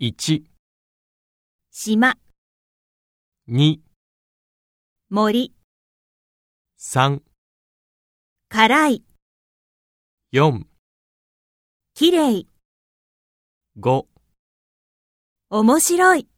1、島、 2、森、 3、辛い、 4、綺麗、 5。面白い。